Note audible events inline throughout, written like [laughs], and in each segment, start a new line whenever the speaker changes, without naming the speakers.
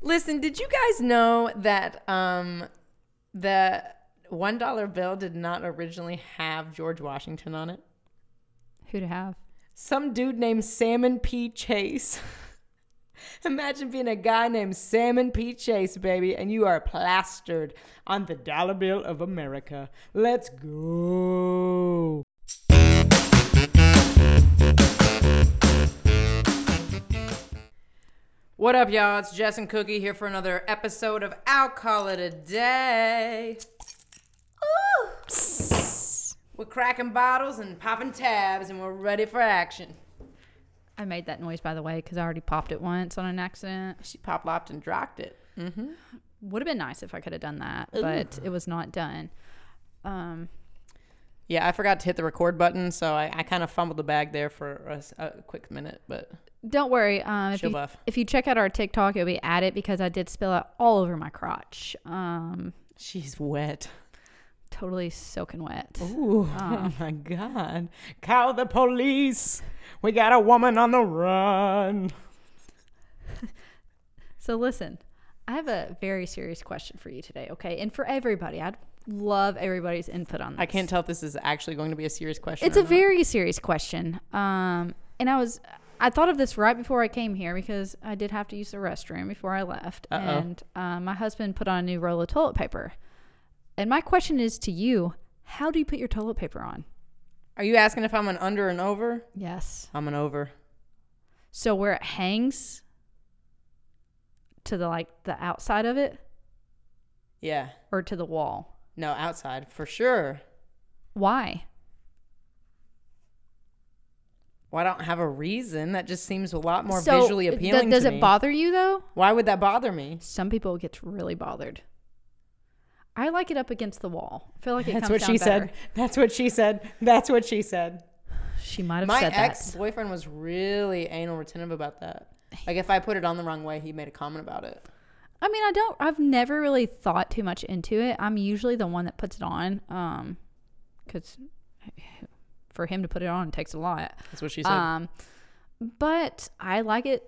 Listen, did you guys know that um, the one dollar bill did not originally have George Washington on it?
Who to have?
Some dude named Salmon P. Chase. [laughs] Imagine being a guy named Salmon P. Chase, baby, and you are plastered on the dollar bill of America. Let's go. What up, y'all? It's Jess and Cookie here for another episode of I'll Call It a Day. Ooh. We're cracking bottles and popping tabs, and we're ready for action.
I made that noise by the way because I already popped it once on an accident.
She pop lopped and dropped it.
Would have been nice if I could have done that, but it was not done. Um,
Yeah, I forgot to hit the record button, so I, I kind of fumbled the bag there for a, s- a quick minute, but
don't worry. Um, if
She'll
you,
buff.
if you check out our TikTok, it'll be at it because I did spill it all over my crotch. Um,
she's wet.
totally soaking wet.
Ooh, [laughs] oh my God. Call the police. We got a woman on the run.
So listen, I have a very serious question for you today, okay? And for everybody, I'd love everybody's input on this.
I can't tell if this is actually going to be a serious question.
It's a very serious question. Um, and I was, I thought of this right before I came here because I did have to use the restroom before I left, and uh, my husband put on a new roll of toilet paper. And my question is to you: How do you put your toilet paper on?
Are you asking if I'm an under and over?
Yes.
I'm an over.
So where it hangs to the like the outside of it
Yeah.
or to the wall?
No, outside for sure.
Why?
Well, I don't have a reason. That just seems a lot more
So,
visually
d-
appealing.
does
to
it
me.
bother you though?
Why would that bother me?
Some people get really bothered. I like it up against the wall. I feel like it
That's
comes
what
down
she
better.
said. That's what she said. That's what she said.
She might have
My
said
ex
that.
boyfriend was really anal retentive about that. Like if I put it on the wrong way, he made a comment about it.
I mean, I don't. I've never really thought too much into it. I'm usually the one that puts it on, um, because for him to put it on takes a lot.
That's what she said.
Um, but I like it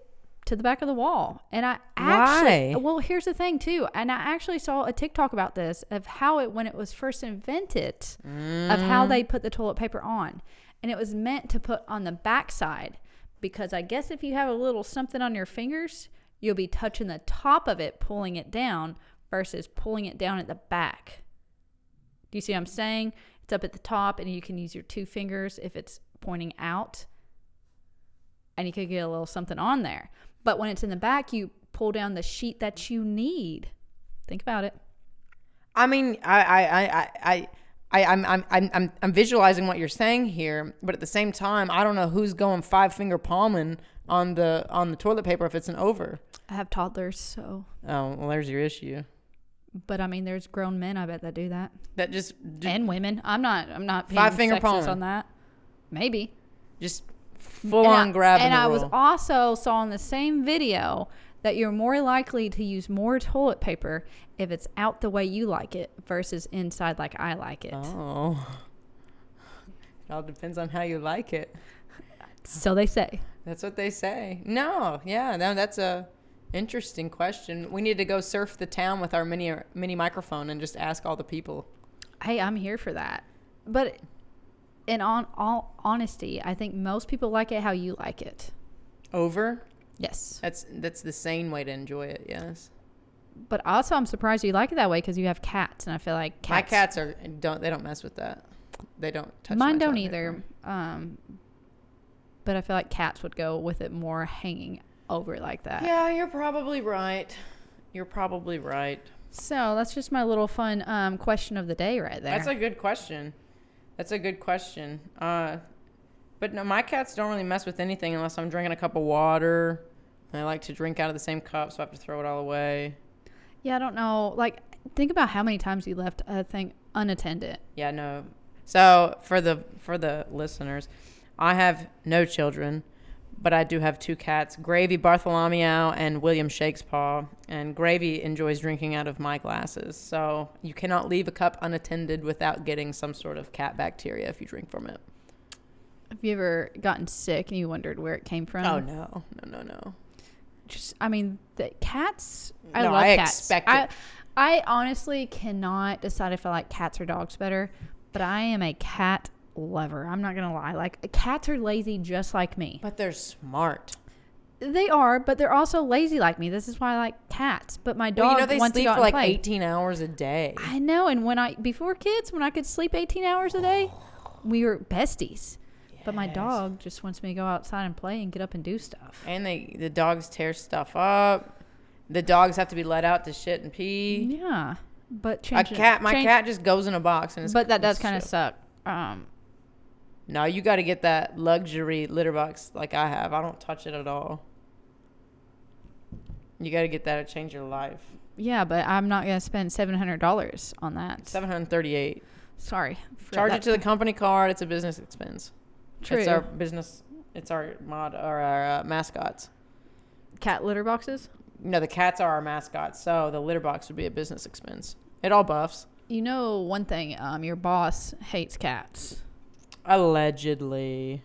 to the back of the wall, and I actually.
Why?
Well, here's the thing too, and I actually saw a TikTok about this of how it when it was first invented, of how they put the toilet paper on, and it was meant to put on the backside because I guess if you have a little something on your fingers, you'll be touching the top of it, pulling it down versus pulling it down at the back. Do you see what I'm saying? It's up at the top, and you can use your two fingers if it's pointing out, and you could get a little something on there. But when it's in the back, you pull down the sheet that you need. Think about it.
I mean, I, I, I, I, I, I'm, I'm, I'm, I'm, I'm visualizing what you're saying here, but at the same time, I don't know who's going five finger palming on the on the toilet paper if it's an over.
I have toddlers, so.
Oh, well, there's your issue.
But I mean, there's grown men I bet that do that,
That just just,
and women. I'm not. I'm not being
Five finger
sexist
palm.
on that. Maybe.
just full
And I-
on grabbing.
And
the
I was
roll.
also saw in the same video that you're more likely to use more toilet paper if it's out the way you like it versus inside like I like it.
Oh. It all depends on how you like it.
So they say.
That's what they say. No, yeah, no, that's a interesting question. We need to go surf the town with our mini mini microphone and just ask all the people.
Hey, I'm here for that. But in on all honesty, I think most people like it how you like it.
Over?
Yes.
That's that's the sane way to enjoy it. Yes.
But also, I'm surprised you like it that way because you have cats, and I feel like cats.
My cats are don't they don't mess with that. They don't touch.
mine
my
don't
toilet
either.
paper.
Um, but I feel like cats would go with it more hanging over it like that.
Yeah, you're probably right. You're probably right.
So that's just my little fun um, question of the day right there.
That's a good question. That's a good question. Uh, but no, my cats don't really mess with anything unless I'm drinking a cup of water. And I like to drink out of the same cup, so I have to throw it all away.
yeah, I don't know. Like, think about how many times you left a thing unattended.
Yeah, no. So for the for the listeners, I have no children, but I do have two cats, Gravy Bartholomew and William Shakespeare. And Gravy enjoys drinking out of my glasses. So you cannot leave a cup unattended without getting some sort of cat bacteria if you drink from it.
Have you ever gotten sick and you wondered where it came from?
Oh no, no, no, no.
just I mean, the cats. I
No,
love
I
cats.
expect
I,
it.
I honestly cannot decide if I like cats or dogs better, but I am a cat lover. I'm not gonna lie. Like cats are lazy just like me.
But they're smart.
They are, but they're also lazy like me. This is why I like cats. But my dog
Well, you know they
wants to
sleep
go out
for like
and play.
18 hours a day.
I know. And when I before kids, when I could sleep 18 hours a day, we were besties. But my
Yes.
dog just wants me to go outside and play and get up and do stuff.
And they the dogs tear stuff up. The dogs have to be let out to shit and pee.
Yeah, but
A
change it-
cat, my
change-
cat just goes in a box and it's
But that does
it's
kind of
chill.
suck. Um,
No, you got to get that luxury litter box like I have. I don't touch it at all. You got to get that to change your life.
yeah, but I'm not gonna spend seven hundred dollars on that.
738.
Sorry. for
Charge
that.
it to the company card. It's a business expense.
True.
It's our business. It's our mod or our uh, mascots.
cat litter boxes.
No, the cats are our mascots, so the litter box would be a business expense. It all buffs.
You know one thing. Um, your boss hates cats. Um,
Allegedly.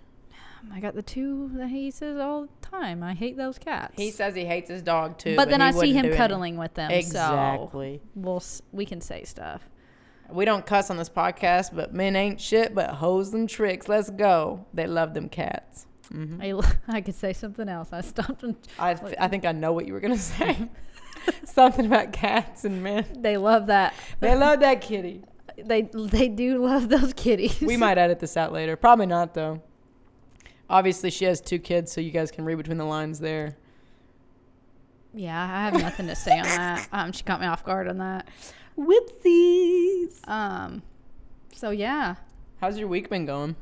I got the two that he says all the time. I hate those cats.
He says he hates his dog too.
but, then
he
I see
wouldn't do
him
any-
cuddling with them. So
Exactly.
we'll s- we can say stuff.
We don't cuss on this podcast, but men ain't shit but hoes and tricks. Let's go. They love them cats. hmm
I, [laughs] I could say something else. I stopped and
I, f- I think I know what you were going to [laughs] say. Something about cats and men.
they love that.
They love that kitty.
They they do love those kitties.
We might edit this out later. Probably not, though. Obviously, she has two kids, so you guys can read between the lines there.
Yeah, I have nothing to say on that. Um, she caught me off guard on that.
Whoopsies.
Um, so yeah,
How's your week been going?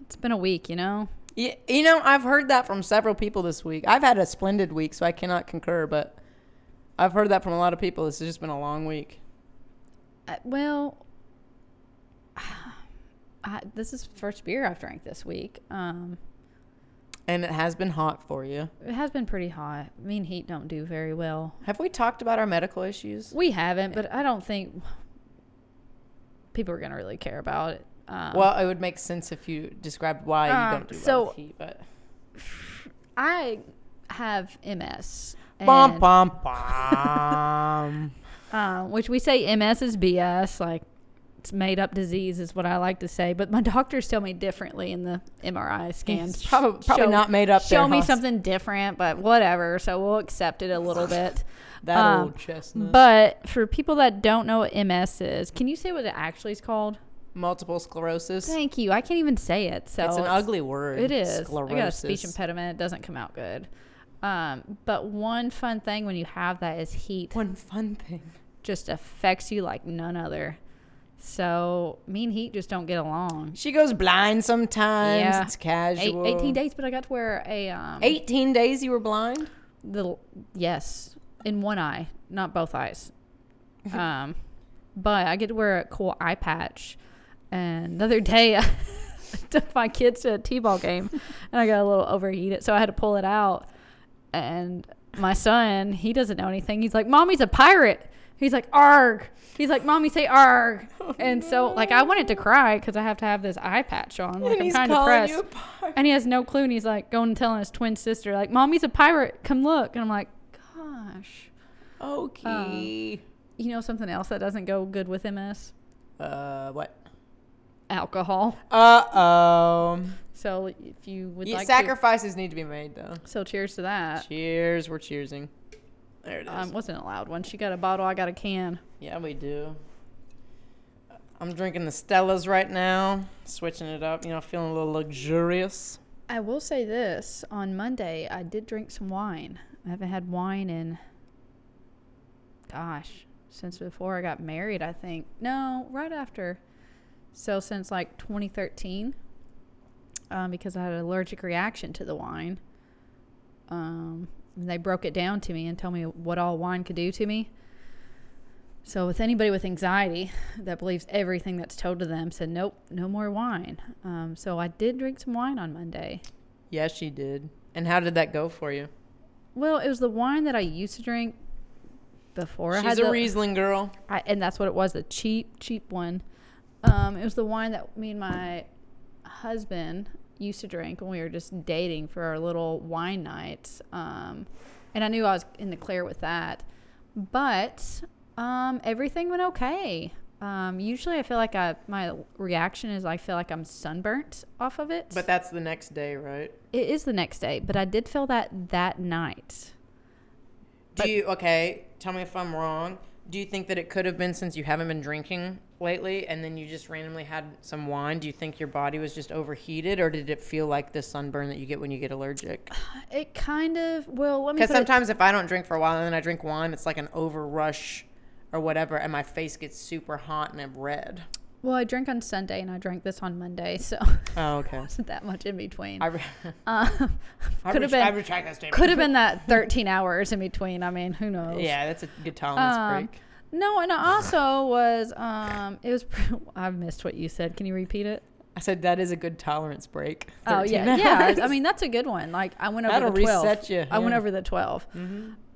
it's been a week, you know.
Y- You know, I've heard that from several people this week. I've had a splendid week, so I cannot concur, but I've heard that from a lot of people. This has just been a long week.
Uh, well, [sighs] I, this is the first beer I've drank this week. Um,
And it has been hot for you.
it has been pretty hot. Me and heat don't do very well.
Have we talked about our medical issues?
We haven't, but I don't think people are gonna really care about it. Um,
well, it would make sense if you described why you
um,
don't do well
so-
with heat, but
I have MS.
bum
and-
bum [laughs] bum.
um, which we say MS is BS, like it's made up disease is what I like to say. But my [laughs] doctors tell me differently in the MRI scans.
It's probably, probably
Show-
not made up.
Show
there,
me
huh?
something different, but whatever. So we'll accept it a little [laughs] bit.
That
um,
old chestnut.
But for people that don't know what MS is, can you say what it actually is called?
Multiple sclerosis.
Thank you. I can't even say it. So
it's an ugly word.
It is.
Sclerosis.
I got a speech impediment. It doesn't come out good. Um, but one fun thing when you have that is heat
One fun thing.
just affects you like none other. So me and Heat just don't get along.
She goes blind sometimes.
Yeah.
It's
Eight,
casual.
18 days, but I got to wear a um,
18 days you were blind?
The yes, in one eye, not both eyes. Um, but I get to wear a cool eye patch. And the other day, [laughs] I took my kids to a t-ball game, and I got a little overheated, so I had to pull it out. And my son, he doesn't know anything. He's like, "Mommy's a pirate." He's like, "Arg." He's like, "Mommy, say arg." and so, like, I wanted to cry because I have to have this eye patch on. Like, I'm kind of depressed.
apart.
And he has no clue, and he's like going and telling his twin sister, like, "Mommy's a pirate. Come look." And I'm like, "Gosh,
Okay.
you know something else that doesn't go good with MS?
uh, what?
Alcohol."
Uh oh.
So if you would like,
sacrifices need to be made, though.
to, so cheers to that.
Cheers. We're cheersing. There it is.
Um, wasn't a loud one. She got a bottle. I got a can.
yeah, we do. I'm drinking the Stellas right now, switching it up. You know, feeling a little luxurious.
I will say this: on Monday, I did drink some wine. I haven't had wine in, gosh, since before I got married. I think no, right after. So since like 2013, um, because I had an allergic reaction to the wine. Um, and they broke it down to me and told me what all wine could do to me. So with anybody with anxiety that believes everything that's told to them, said nope, no more wine. Um, so I did drink some wine on Monday.
Yes, she did. And how did that go for you?
Well, it was the wine that I used to drink before I
She's
had
a
the,
Riesling girl.
I, and that's what it was, the cheap, cheap one. Um, it was the wine that me and my husband used to drink when we were just dating for our little wine nights. Um, and I knew I was in the clear with that. But um, everything went okay. Um, usually, I feel like I, my reaction is I feel like I'm sunburnt off of it.
But that's the next day, right?
it is the next day, but I did feel that that night.
Do
But-
you okay? Tell me if I'm wrong. Do you think that it could have been since you haven't been drinking lately, and then you just randomly had some wine? Do you think your body was just overheated, or did it feel like the sunburn that you get when you get allergic?
It kind of well, let me
Because
put it-
sometimes if I don't drink for a while and then I drink wine, it's like an overrush or whatever, and my face gets super hot and I'm red.
well, I drank on Sunday and I drank this on Monday, so [laughs]
Oh, okay.
wasn't that much in between.
I, re-
[laughs] um,
I,
could have
ret- I
been
retract that statement.
could have
[laughs]
been that 13 hours in between. I mean, who knows?
Yeah, that's a good tolerance
Um,
break.
No, and I also was um it was [laughs] I missed what you said. Can you repeat it?
I said that is a good tolerance break.
Oh yeah,
13 hours.
yeah. I mean, that's a good one. Like I went over
That'll
the 12.
reset you,
I went
yeah. Mm-hmm.
over the 12.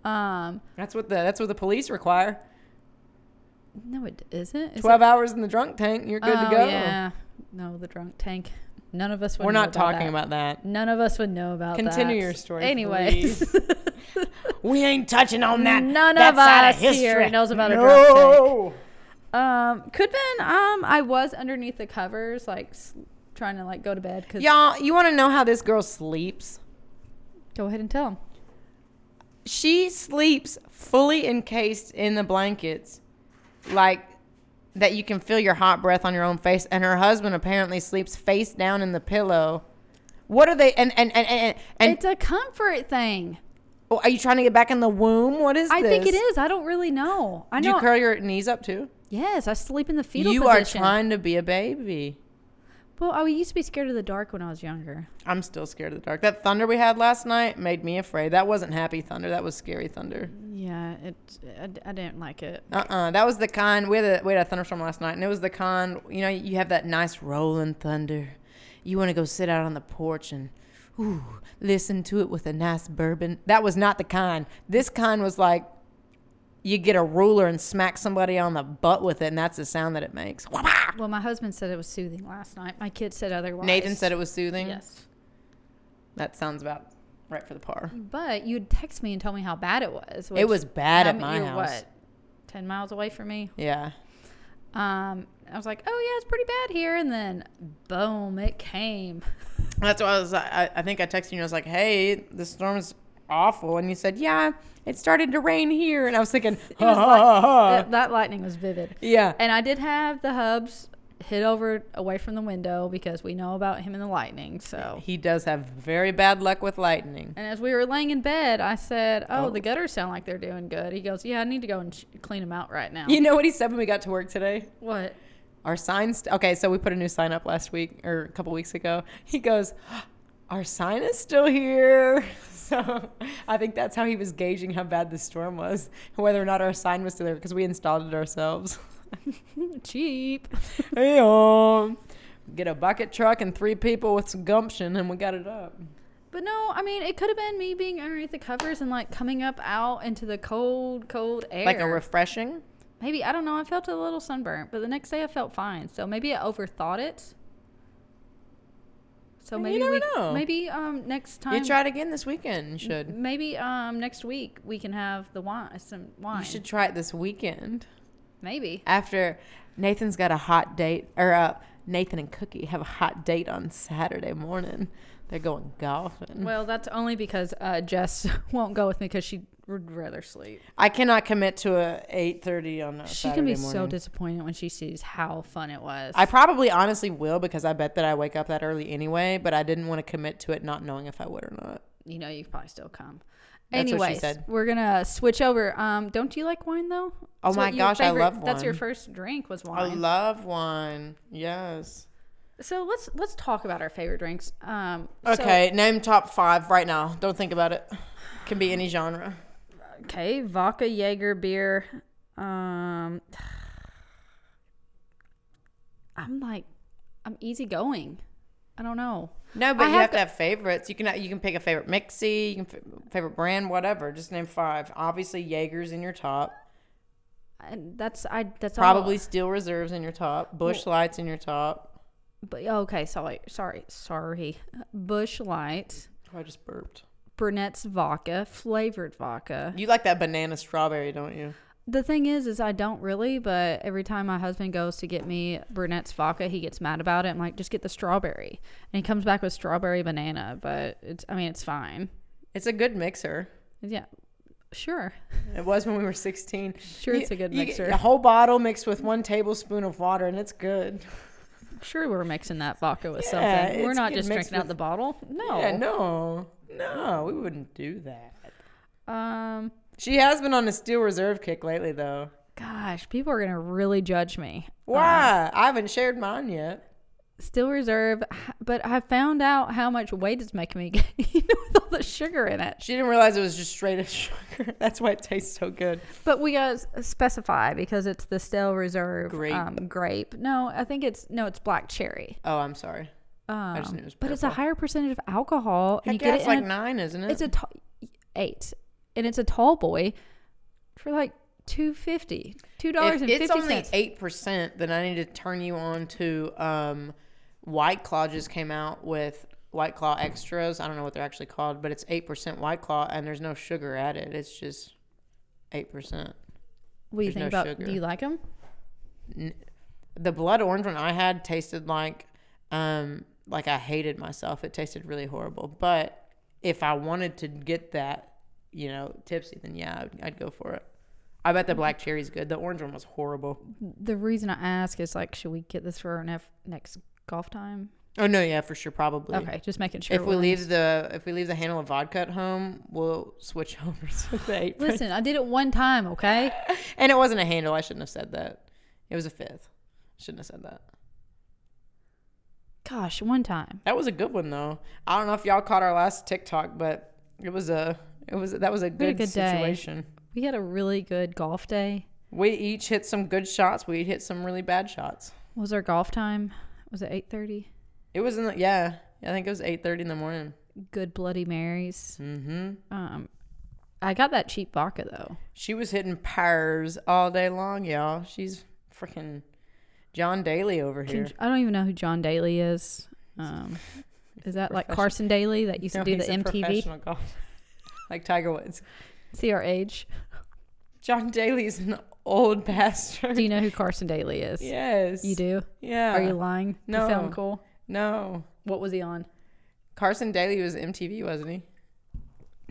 Um
that's what the that's what the police require.
no it isn't. Is it-
Twelve hours in the drunk tank, you're good
Oh,
to go.
Yeah. No, the drunk tank. None of us would
We're
know
not talking
that.
about that.
None of us would know about that.
Continue your story,
Anyways, [laughs]
We ain't touching on that.
None
that
of
side
us
history.
here knows about a
no.
drunk tank. um could been um I was underneath the covers like s- trying to like go to bed cuz
Y'all, you want to know how this girl sleeps?
go ahead and tell him.
She sleeps fully encased in the blankets, like that you can feel your hot breath on your own face. And her husband apparently sleeps face down in the pillow. What are they? And and and and, and
It's a comfort thing.
oh, are you trying to get back in the womb? What is
I
this?
think it is. I don't really know. I
Do
know
you curl your knees up too?
Yes, I sleep in the fetal
you
position.
are trying to be a baby.
well, I used to be scared of the dark when I was younger.
I'm still scared of the dark. That thunder we had last night made me afraid. That wasn't happy thunder. That was scary thunder.
Yeah, it I, I didn't like it.
Uh uh That was the kind. We had, a, we had a thunderstorm last night, and it was the kind, you know, you have that nice rolling thunder. You want to go sit out on the porch and ooh, listen to it with a nice bourbon. That was not the kind. This kind was like you get a ruler and smack somebody on the butt with it, and that's the sound that it makes.
Well, my husband said it was soothing last night. My kids said otherwise.
Nathan said it was soothing.
Yes.
That sounds about right for the par.
But you'd text me and tell me how bad it was. which-
It was bad
I
at
mean,
my
you're
house.
What, ten miles away from me?
Yeah.
Um, I was like, oh yeah, it's pretty bad here, and then boom, it came.
That's why I was. I, I think I texted you. and I was like, "Hey, the storm is awful," and you said, "Yeah, it started to rain here." And I was
[laughs]
thinking, ha,
was
ha,
like-
ha, ha. [laughs]
that, that lightning was vivid.
"Yeah,
And I did have the hubs hit over away from the window because we know about him and the lightning. So,
he does have very bad luck with lightning."
and as we were laying in bed, I said, "Oh,
Oh.
the gutters sound like they're doing good." He goes, "Yeah, I need to go and sh- clean them out right now."
You know what he said when we got to work today?
What? [laughs]
Our signs. St- okay, so we put a new sign up last week or a couple weeks ago. He goes, [gasps] "Our sign is still here." [laughs] So I think that's how he was gauging how bad the storm was, whether or not our sign was still there because we installed it ourselves.
Cheap.
hey, um, get a bucket truck and three people with some gumption, and we got it up.
But no, I mean, it could have been me being underneath the covers and like coming up out into the cold, cold air.
Like a refreshing.
maybe I don't know. I felt a little sunburnt, but the next day I felt fine. So maybe I overthought it. So
You
maybe
never
we
know.
maybe um next time
You try it again this weekend. You should.
maybe um next week we can have the wine some wine
You should try it this weekend
maybe
after Nathan's got a hot date, or uh, Nathan and Cookie have a hot date on Saturday morning. They're going golfing.
well that's only because uh Jess [laughs] won't go with me because she would rather sleep
I cannot commit to a eight thirty on a
she
Saturday
can be so
morning.
disappointed when she sees how fun it was
I probably honestly will because I bet that I wake up that early anyway. But I didn't want to commit to it, not knowing if I would or not.
you know you could probably still come
That's what she
Anyways,
said.
we're gonna switch over. Um, don't you like wine though?
Oh
That's
my
what your
gosh, I
favorite-
love
That's your
wine.
first drink was
I
wine.
love wine. Yes.
so let's let's talk about our favorite drinks. Um, so-
Okay, name top five right now. Don't think about it. Can be any genre.
okay, vodka, Jaeger, beer. Um, [sighs] I'm like, I'm easygoing. I don't know.
No, but
I
you
have
have to have favorites. You can uh, you can pick a favorite mixie, you can f- favorite brand, whatever. Just name five. Obviously, Jaeger's in your top.
And that's I. That's all.
Probably Steel Reserves in your top. Bush Lights in your top.
but okay, sorry, sorry, sorry. Bush Light,
Oh, I just burped.
Burnett's Vodka, flavored vodka.
You like that banana strawberry, don't you?
The thing is, is I don't really, but every time my husband goes to get me Burnett's vodka, he gets mad about it. I'm like, just get the strawberry, and he comes back with strawberry banana. But it's, I mean, it's fine.
It's a good mixer.
Yeah, sure, [laughs]
It was when we were 16.
sure,
You-
it's a good
you get
mixer.
A whole bottle mixed with one tablespoon of water, and it's good.
Sure, we're mixing that vodka with
Yeah,
something. We're
it's
not
good
just
mixed
drinking out
with-
the bottle. No.
Yeah, no, no, we wouldn't do that.
Um. Oh.
She has been on a steel reserve kick lately, though.
Gosh, people are gonna really judge me.
Why? I haven't shared mine yet.
Still reserve, but I found out how much weight it's making me [laughs] gain with all the sugar in it.
She didn't realize it was just straight as [laughs] sugar. That's why it tastes so good.
But we gotta s- uh, specify because it's the still reserve
Grape.
Um, grape. No, I think it's no, it's black cherry.
Oh, I'm sorry.
Um,
just knew it was
but it's a
purple.
higher percentage of alcohol, and
Heck
you
yeah,
get it.
it's
In
like
a,
nine, isn't it?
it's a tall eight, and it's a tall boy for like two fifty, two dollars
if
and
it's
fifty
only
cents.
eight percent, then I need to turn you on to um, White Claw. Just came out with White Claw Extras. I don't know what they're actually called, but it's eight percent White Claw, and there's no sugar added. It's just eight percent.
What do you
There's
think
no
about?
sugar.
Do you like them?
The blood orange one I had tasted like, um, like I hated myself. It tasted really horrible. But if I wanted to get that, you know, tipsy, then yeah, I'd, I'd go for it. I bet the black cherry's good. The orange one was horrible.
The reason I ask is like, should we get this for our nef- next golf time?
Oh no, yeah, for sure, probably.
Okay, just making sure.
If we
we're-
leave the if we leave the handle of vodka at home, we'll switch [laughs] over to the eight. percent.
listen, I did it one time. Okay,
And it wasn't a handle. I shouldn't have said that. It was a fifth. Shouldn't have said that.
gosh, one time.
That was a good one though. I don't know if y'all caught our last TikTok, but it was a it was that was a
had a
good,
good day.
situation.
We had a really good golf day.
We each hit some good shots. We each hit some really bad shots.
Was our golf time? Was it eight thirty?
It was in the yeah. I think it was eight thirty in the morning.
Good Bloody Marys.
Mm-hmm.
Um, I got that cheap vodka though.
She was hitting pairs all day long, y'all. She's freaking John Daly over
Can-
here.
I don't even know who John Daly is. Um, is that like
Profession-
Carson Daly that used
No,
to do the
he's a
MTV?
professional golfer. [laughs] like Tiger Woods.
See our age.
John Daly's an old [laughs] bastard.
Do you know who Carson Daly
[laughs]
is?
yes.
You do.
Yeah.
Are you lying? to
No.
sound cool.
No.
What was he on?
Carson Daly was MTV, wasn't he?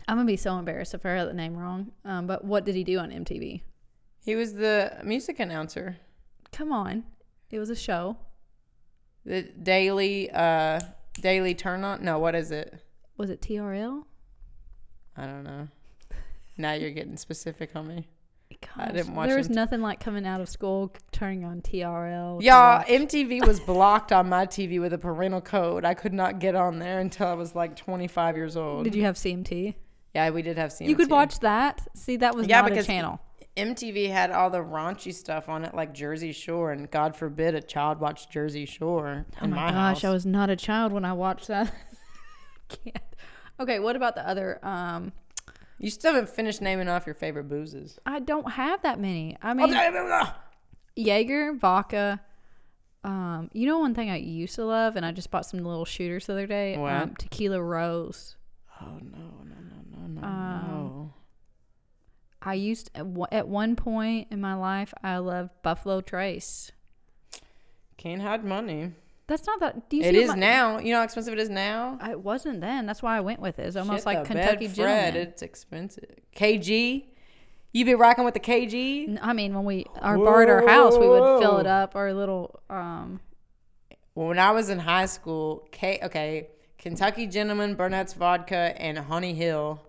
I'm gonna be so embarrassed if I got the name wrong. Um, but what did he do on MTV?
He was the music announcer.
Come on, it was a show.
The Daily uh Daily Turn On. No, what is it?
Was it TRL?
I don't know. Now you're getting specific on me.
Gosh,
didn't watch
There was
MTV.
nothing like coming out of school, turning on TRL. to
Y'all,
watch.
MTV was blocked on my TV with a parental code. I could not get on there until I was like 25 years old.
Did you have CMT?
yeah, we did have CMT.
You could watch that. See, that was
Yeah,
not a
because-
channel.
MTV had all the raunchy stuff on it, like Jersey Shore, and God forbid a child watched Jersey Shore.
Oh
in
my,
my
gosh,
house.
I was not a child when I watched that. [laughs] Can't. Okay, what about the other? Um,
you still haven't finished naming off your favorite boozes.
I don't have that many. I mean,
What's
Jaeger, vodka. Um, you know one thing I used to love, and I just bought some little shooters the other day.
What?
Um, tequila rose.
oh,
Um, I used at one- at one point in my life I loved Buffalo Trace.
Can't hide money.
That's not that. Do you
It
see
is
my-
now. You know how expensive it is now.
It wasn't then. That's why I went with it. It's almost
Shit,
like
the
Kentucky
bed Fred,
Gentleman.
It's expensive. KG, you be rocking with the KG.
N- I mean, when we our bar at our house, we would fill it
Whoa.
up our little. Um,
When I was in high school, K okay, Kentucky Gentleman, Burnett's Vodka, and Honey Hill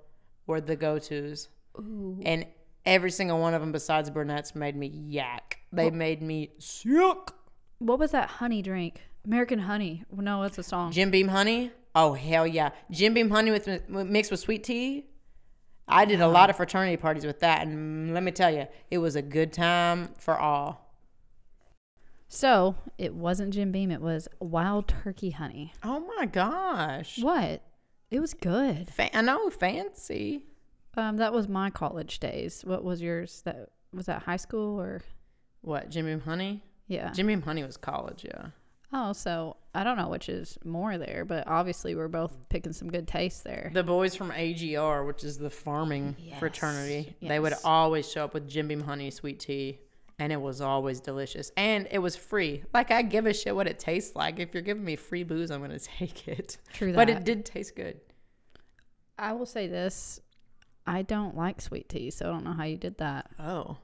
were the go tos, and every single one of them besides Burnett's made me yak. They made me sick.
what was that honey drink? American honey. Well, no, that's a song.
Jim Beam honey. Oh hell yeah, Jim Beam honey with mixed with sweet tea. I did a lot of fraternity parties with that, and let me tell you, it was a good time for all.
So it wasn't Jim Beam. It was Wild Turkey honey.
Oh my gosh,
What? It was good.
Fa- I know fancy.
Um, that was my college days. What was yours? That was that high school or
What Jim Beam honey?
yeah.
Uh. Jim Beam honey was college, yeah.
Oh, so I don't know which is more there, but obviously we're both picking some good taste there.
The boys from AGR, which is the farming
Yes,
fraternity, they would
yes.
always show up with Jim Beam honey sweet tea, and it was always delicious. And it was free. Like I give a shit what it tastes like. If you're giving me free booze, I'm gonna [laughs] take it.
True
But
that.
it did taste good.
I will say this. I don't like sweet tea, so I don't know how you did that.
Oh,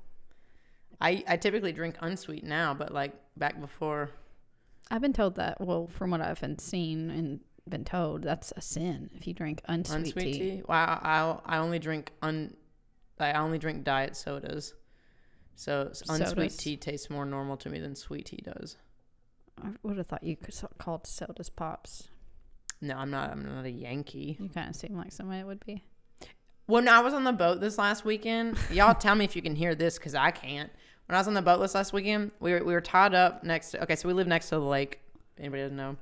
I I typically drink unsweet now, but like back before,
I've been told that, well, from what I've been seen and been told, that's a sin if you drink unsweet,
unsweet
tea.
tea. Wow, I I only drink un, like, I only drink diet sodas. So s- unsweet
Sodas.
tea tastes more normal to me than sweet tea does.
I would have thought you could so- called sodas pops.
No, I'm not. I'm not a Yankee.
You kind of seem like somebody it would be.
When I was on the boat this last weekend, y'all tell me if you can hear this because I can't. When I was on the boat this last weekend, we were, we were tied up next to, okay, so we live next to the lake. Anybody doesn't know?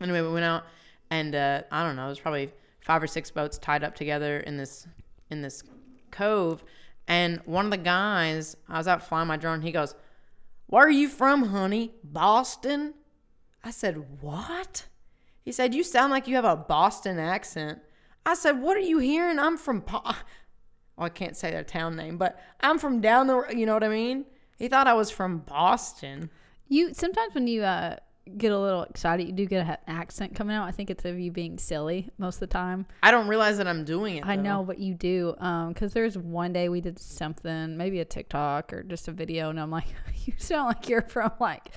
Anyway, we went out and uh, I don't know, there's probably five or six boats tied up together in this in this cove. And one of the guys, I was out flying my drone, he goes, Where are you from, honey? Boston? I said, What? He said, You sound like you have a Boston accent. I said, What are you hearing? I'm from, pa- well, I can't say their town name, but I'm from down the, ro- you know what I mean? He thought I was from Boston.
You sometimes when you uh, get a little excited, you do get an accent coming out. I think it's of you being silly most of the time.
I don't realize that I'm doing it.
I
though.
know what you do. Um, because there's one day we did something, maybe a TikTok or just a video, and I'm like, [laughs] you sound like you're from like,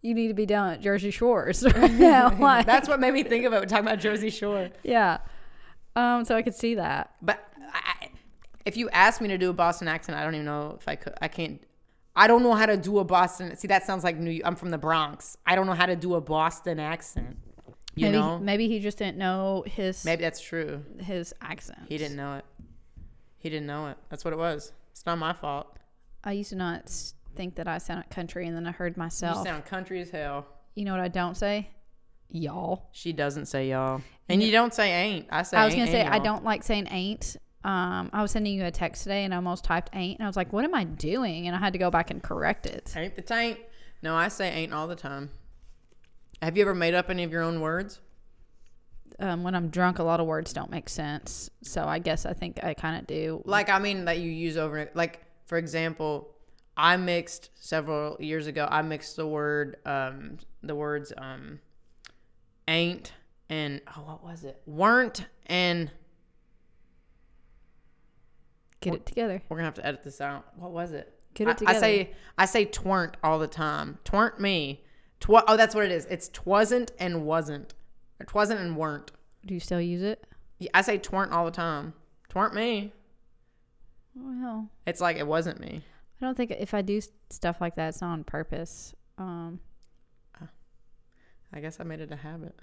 you need to be down at Jersey Shores right [laughs] now.
[laughs]
Like,
[laughs] That's what made me think of it when talking about Jersey Shore.
yeah. Um, so I could see that.
But I, if you ask me to do a Boston accent, I don't even know if I could. I can't. I don't know how to do a Boston. See, that sounds like New. I'm from the Bronx. I don't know how to do a Boston accent. You
maybe
know,
maybe he just didn't know his
maybe that's true.
his accent.
He didn't know it. He didn't know it. That's what it was. It's not my fault.
I used to not s- think that I sounded country, and then I heard
You
myself. You,
sound country as hell.
know what I don't say? Y'all.
She doesn't say y'all, and you don't say ain't. I say.
I was
ain't
gonna say
and
I
y'all.
don't like saying ain't. Um, I was sending you a text today, and I almost typed ain't, and I was like, "What am I doing?" And I had to go back and correct it.
Ain't the taint. No, I say ain't all the time. Have you ever made up any of your own words?
Um, when I'm drunk, a lot of words don't make sense, so I guess I think I kind of do.
Like, I mean, that you use over, like, for example, I mixed several years ago, I mixed the word, um, the words, um, ain't and, oh, what was it? Weren't and,
Get it together.
we're gonna have to edit this out. What was it?
Get it
I-
together.
I say, I say twernt all the time. Twernt me. Tw- oh, that's what it is. It's twasn't and wasn't. Or twasn't and weren't.
Do you still use it?
Yeah, I say twernt all the time. Twernt me.
Well,
It's like it wasn't me.
I don't think if I do s- stuff like that, it's not on purpose. Um,
I guess I made it a habit.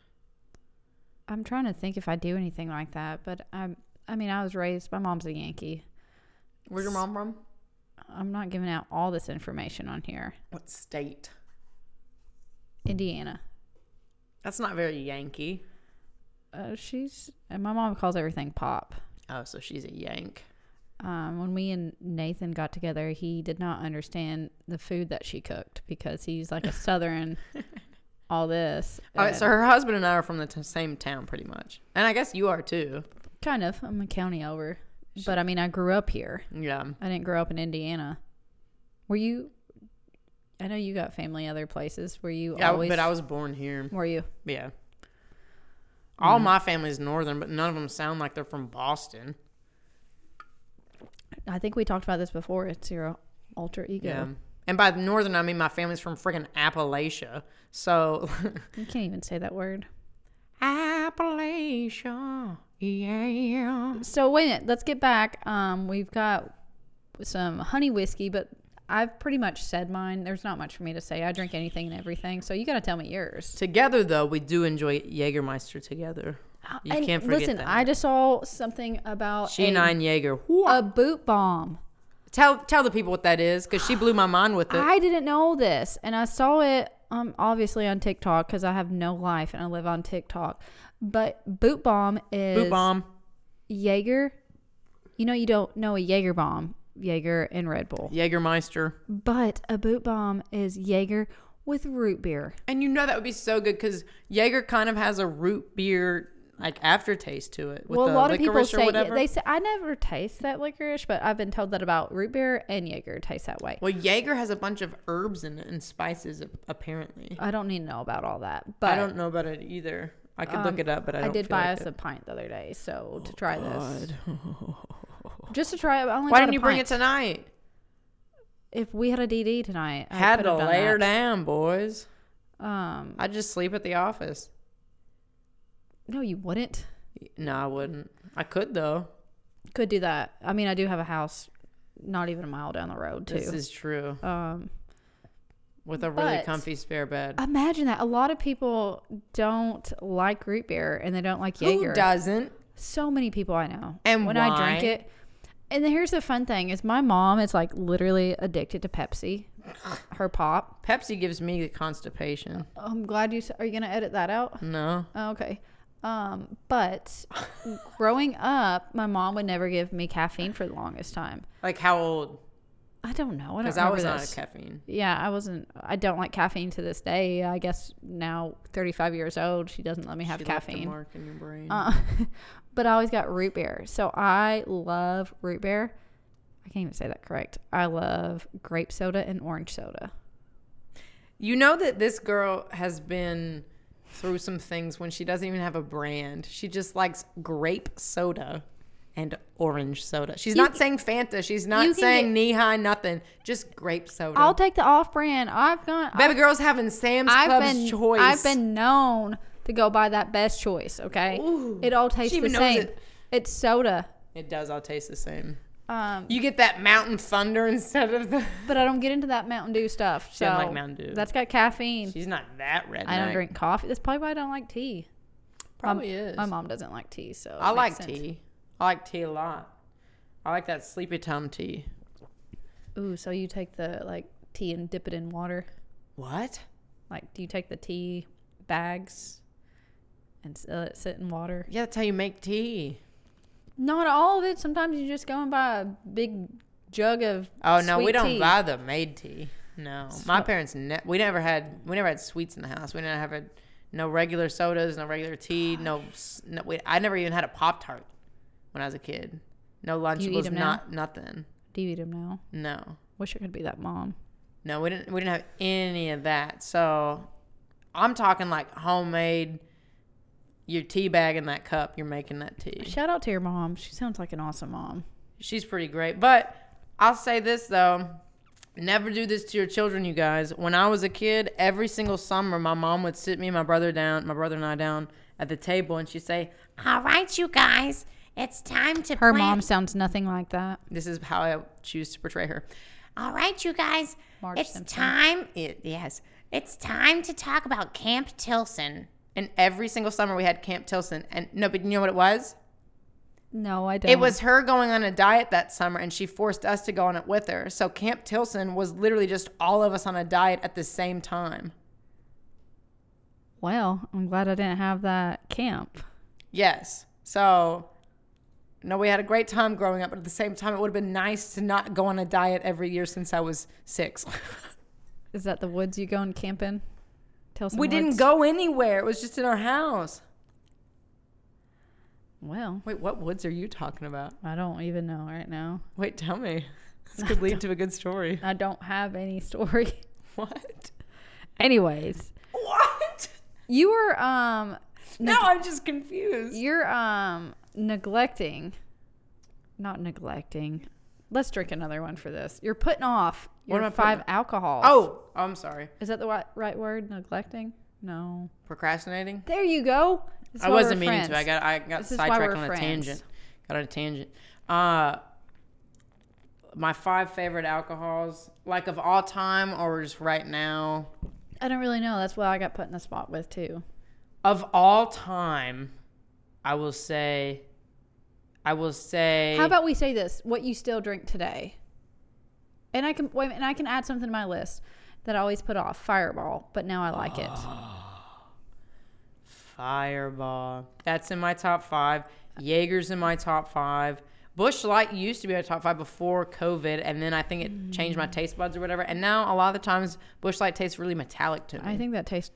I'm trying to think if I do anything like that, but I'm. I mean, I was raised. My mom's a Yankee.
Where's your mom from?
I'm not giving out all this information on here.
What state?
Indiana.
That's not very Yankee.
Uh, she's and my mom calls everything pop.
Oh, so she's a Yank.
Um, when me and Nathan got together, he did not understand the food that she cooked because he's like
[laughs]
a Southern, all this.
All right,
and
Oh, so her husband and I are from the t- same town, pretty much, and I guess you are too.
kind of. I'm a county over, but I mean, I grew up here.
Yeah,
I didn't grow up in Indiana. Were you? I know you got family other places. Were you
yeah.
always?
But I was born here.
were you?
Yeah. All my family's northern, but none of them sound like they're from Boston.
I think we talked about this before. It's your alter ego.
Yeah. And by northern, I mean my family's from friggin' Appalachia. So [laughs]
You can't even say that word.
Appalachia, yeah.
So wait a minute. Let's get back. Um, we've got some honey whiskey, but I've pretty much said mine. There's not much for me to say. I drink anything and everything. So you got to tell me yours.
Together, though, we do enjoy Jägermeister together. You
Uh, And
can't forget
Listen,
that.
I just saw something about
she
a,
and I and Jaeger. Whoa.
a boot bomb.
tell tell the people what that is, because she
[gasps]
blew my mind with it.
I didn't know this, and I saw it um obviously on TikTok because I have no life and I live on TikTok. But boot bomb is
Boot bomb.
Jaeger. You know you don't know a Jaeger bomb, Jaeger and Red Bull.
Jägermeister.
But a boot bomb is Jaeger with root beer.
And you know that would be so good because Jaeger kind of has a root beer like aftertaste to it. With
well,
the
a lot of people
licorice or
say
whatever.
they say I never taste that licorice, but I've been told that about root beer and Jaeger taste that way.
well, Jaeger has a bunch of herbs in it and spices ap- apparently.
I don't need to know about all that, but
I don't know about it either. I could
um,
look it up, but I,
I,
don't
did
feel
buy
like
us
it.
a pint the other day, so to try this,
God.
just to try it. I only
Why
bought
didn't
a
you bring it
pint.
tonight?
If we had a DD tonight, I
Had
could
to
have done
layer
that.
down, boys.
Um,
I'd just sleep at the office.
no, you wouldn't.
No, I wouldn't. I could though.
Could do that. I mean, I do have a house, not even a mile down the road too.
This is true.
um,
With a really
But-
comfy spare bed.
imagine that. A lot of people don't like root beer and they don't like Jaeger.
Who doesn't?
So many people I know.
And
when I drink
why?
it. And then here's the fun thing is my mom is like literally addicted to Pepsi, her pop.
Pepsi gives me the constipation.
I'm glad you s- are you going to edit that out?
No.
Oh, okay. Um, but growing up, my mom would never give me caffeine for the longest time.
Like how old?
I don't know. I don't
Because I
remember
was
this.
on a caffeine.
Yeah, I wasn't. I don't like caffeine to this day. I guess now, 35 years old, she doesn't let me have
She left a
caffeine.
mark in your brain.
Uh, [laughs] but I always got root beer. So I love root beer. I can't even say that correct. I love grape soda and orange soda.
you know that this girl has been through some things when she doesn't even have a brand. She just likes grape soda and orange soda. She's not saying Fanta. She's
you
not
can
saying
get-
knee high nothing. Just grape soda.
I'll take the off brand. I've gone.
Baby girl's having Sam's
I've
Club's
been.
choice.
I've been known to go by that best choice. Okay.
Ooh.
it all tastes
She
the
even knows
same.
it.
It's soda.
It does all taste the same.
Um,
You get that Mountain Thunder instead
[laughs]
of the.
but I don't get into that Mountain Dew stuff.
She
So
doesn't like Mountain Dew.
That's got caffeine.
She's not that redneck.
I don't drink coffee. That's probably why I don't like tea.
Probably is.
My mom doesn't like tea, so it
I
makes
like
sense.
tea. I like tea a lot. I like that sleepy tum tea.
Ooh, so you take the like tea and dip it in water?
What?
Like, do you take the tea bags and s- let it sit in water?
Yeah, that's how you make tea.
Not all of it. Sometimes you just go and buy a big jug of.
Oh no, we
sweet
don't
tea.
buy the made tea. No, my
So-
parents. Ne- we never had. We never had sweets in the house. We didn't have a, no regular sodas, no regular tea, no. s- no we, I never even had a pop tart when I was a kid. No
You eat
lunchables,
'em now?
not nothing.
Do you eat them now?
No,
Wish I could be that mom.
no, we didn't. We didn't have any of that. So, I'm talking like homemade. Your tea bag in that cup, you're making that tea.
Shout out to your mom. She sounds like an awesome mom.
She's pretty great. But I'll say this though. Never do this to your children, you guys. When I was a kid, every single summer my mom would sit me and my brother down, my brother and I down at the table and she'd say, "All right, you guys, it's time to
Her
plant
mom sounds nothing like that.
This is how I choose to portray her. All right, you guys,
Marge
it's
Simpson.
time. It, yes, it's time to talk about Camp Tilson. And every single summer we had Camp Tilson. And no, but you know what it was?
No, I don't.
It was her going on a diet that summer, and she forced us to go on it with her. So Camp Tilson was literally just all of us on a diet at the same time.
Well, I'm glad I didn't have that camp.
Yes. So, no, we had a great time growing up, but at the same time, it would have been nice to not go on a diet every year since I was six. [laughs]
Is that the woods you going camping? Tell some
we didn't
woods.
go anywhere. It was just in our house.
Well,
Wait, what woods are you talking about?
I don't even know right now.
Wait, tell me. This could lead to a good story.
I don't have any [laughs] story.
[laughs] What?
Anyways,
What?
you were um
No, I'm just confused.
you're um neglecting not neglecting. Let's drink another one for this. You're putting off
What am
your
I putting
five alcohols.
Oh, I'm sorry.
is that the wi- right word? Neglecting? No.
Procrastinating?
There you go. This is
I
why
wasn't
we're
meaning to.
friends.
I got I got
This is why we're
sidetracked on a
friends.
tangent. Got on a tangent. Uh, my five favorite alcohols, like of all time or just right now,
I don't really know. That's what I got put in the spot with too.
of all time, I will say, I will say.
How about we say this? What you still drink today? And I can wait, a minute, and I can add something to my list that I always put off Fireball, but now I like it.
Ah. Fireball? That's in my top five. Jaeger's in my top five. Bush Light used to be a top five before COVID, and then I think it changed
Mm.
my taste buds or whatever. And now a lot of the times, Bush Light tastes really metallic to me.
I think that tastes,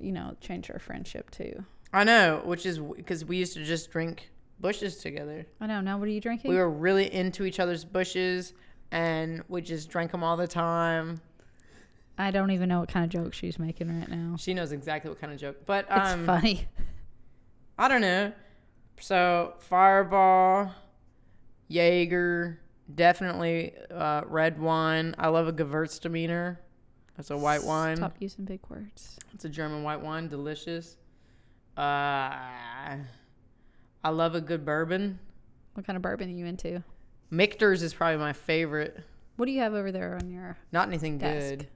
you know, changed our friendship too.
I know, which is because we used to just drink bushes together.
I know. Now, what are you drinking?
We were really into each other's bushes, and we just drank them all the time.
I don't even know what kind of joke she's making right now.
She knows exactly what kind of joke, but
It's
um,
funny.
I don't know. So Fireball, Jaeger, definitely uh, red wine. I love a Gewürztraminer. That's a white wine.
Stop using big words.
It's a German white wine, delicious. Uh, I love a good bourbon.
What kind of bourbon are you into?
Michter's is probably my favorite.
What do you have over there on your?
Not anything
Desk.
good.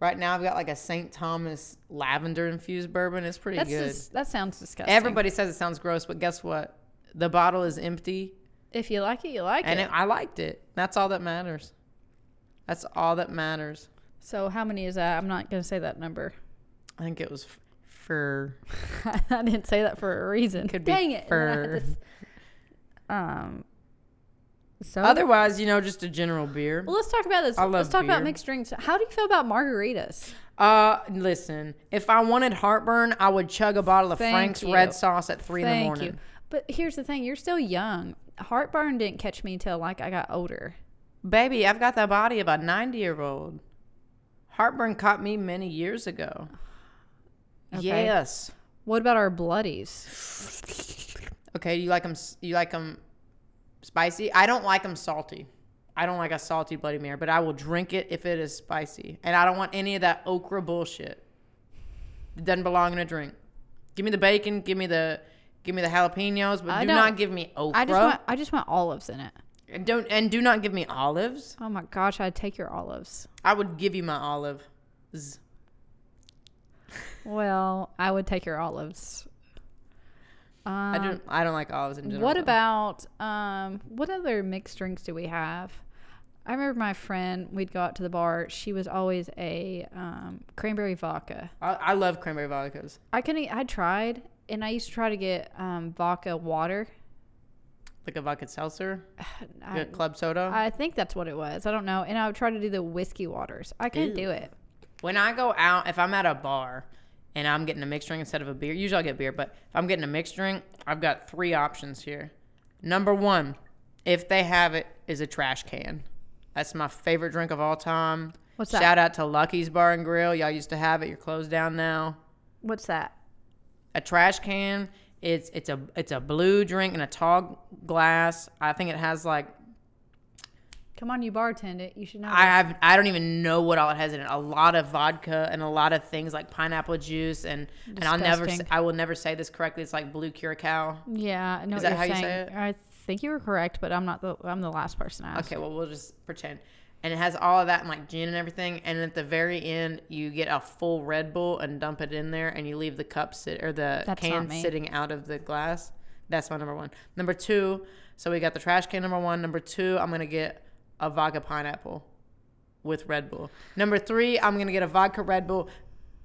Right now, I've got like a St. Thomas lavender infused bourbon. It's pretty
That's
good.
dis- that sounds disgusting.
Everybody says it sounds gross, but guess what? The bottle is empty,
if you like it, you like
and
it.
it, I liked it. That's all that matters. That's all that matters.
So how many is that? I'm not gonna say that number. [laughs]
I think it was f- [laughs] for
I didn't say that for a reason.
Could be
Dang it! and then I had
fur.
this- [laughs] um.
[laughs]
So
otherwise, you know, just a general beer.
Well, let's talk about this.
I love
let's talk about
beer.
mixed drinks. How do you feel about margaritas?
Uh, listen, if I wanted heartburn, I would chug a bottle of
Thank
Frank's
you.
red sauce at three in the morning.
But here's the thing: you're still young. Heartburn didn't catch me till like I got older.
Baby, I've got the body of a 90 year old. Heartburn caught me many years ago.
Okay.
Yes.
What about our bloodies?
Okay, you like them? You like 'em spicy? I don't like them salty. I don't like a salty Bloody Mary, but I will drink it if it is spicy, and I don't want any of that okra bullshit. It doesn't belong in a drink. Give me the bacon. Give me the give me the jalapenos, but
I
do
don't-
not give me okra.
I just want I just want olives in it.
And don't and do not give me olives.
Oh my gosh, I'd take your olives.
I would give you my olive.
Well, I would take your olives. Um,
I don't I don't like olives in general.
What
though.
about um, what other mixed drinks do we have? I remember my friend. We'd go out to the bar. She was always a um, cranberry vodka.
I, I love cranberry vodkas.
I couldn't. I tried, and I used to try to get um, vodka water. [sighs]
Like a vodka seltzer,
I,
good club soda.
I think that's what it was. I don't know. And I would try to do the whiskey waters. I couldn't do it.
when I go out, if I'm at a bar and I'm getting a mixed drink instead of a beer, usually I'll get beer, but if I'm getting a mixed drink, I've got three options here. Number one, if they have it, is a trash can. That's my favorite drink of all time.
What's that?
Shout out to Lucky's Bar and Grill. Y'all used to have it. You're closed down now.
What's that?
a trash can. It's it's a it's a blue drink in a tall glass. I think it has like
Come on, you bartend it. You should know.
I have I don't even know what all it has in it. A lot of vodka and a lot of things like pineapple juice and and I'll never s-
Disgusting.
I will never say this correctly. It's like blue curacao.
yeah, I know
Is that
what you're
how you
saying.
say it?
I think you were correct, but I'm not the I'm the last person asked.
Okay, well we'll just pretend. And it has all of that and like gin and everything. And at the very end, you get a full Red Bull and dump it in there, and you leave the cup sit or the
That's not
can
me.
sitting out of the glass. That's my number one. Number two, so we got the trash can. Number one. Number two, I'm gonna get a vodka pineapple with Red Bull. Number three, I'm gonna get a vodka Red Bull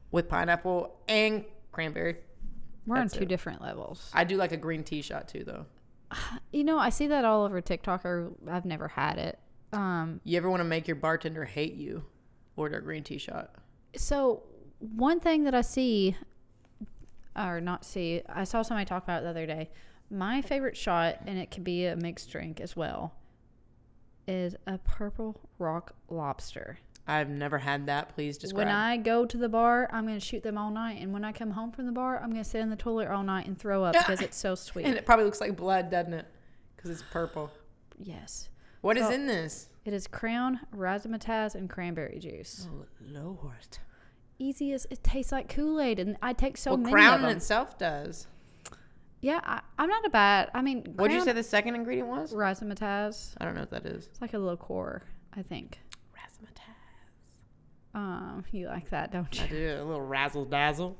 with pineapple and cranberry.
We're on
That's
two
it.
different levels.
I do like a green tea shot too, though.
You know, I see that all over TikTok. Or I've never had it. Um,
You ever want to make your bartender hate you? Order a green tea shot.
so one thing that I see, or not see, I saw somebody talk about it the other day. My favorite shot, and it could be a mixed drink as well, is a purple rock lobster.
I've never had that. Please describe.
When I go to the bar, I'm gonna shoot them all night, and when I come home from the bar, I'm gonna sit in the toilet all night and
[laughs]
throw up because it's so
and
sweet.
it probably looks like blood, doesn't it? Because it's purple.
Yes,
What is
So-
in this?
it is crown, razzmatazz, and cranberry juice.
Oh, Lord.
Easiest. It tastes like Kool Aid, and I take so
well,
many
crown
of
in
them.
itself does.
yeah, I, I'm not a bad. I mean,
What did you
Crown-
say the second ingredient was?
Razzmatazz.
I don't know what that is.
It's like a liqueur, I think.
Razzmatazz.
Um, you like that, don't
I
you?
do. A little razzle dazzle.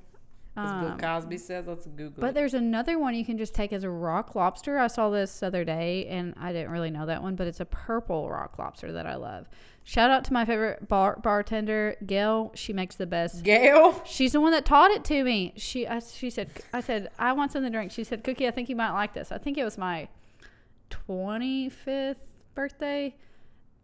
As
Um,
Bill Cosby says, let's Google
But
it.
there's another one you can just take as a rock lobster. I saw this other day and I didn't really know that one, but it's a purple rock lobster that I love. Shout out to my favorite bar- bartender, Gail. She makes the best.
Gail?
She's the one that taught it to me. She I, she said I said I want something to drink. She said, "Cookie, I think you might like this." I think it was my 25th birthday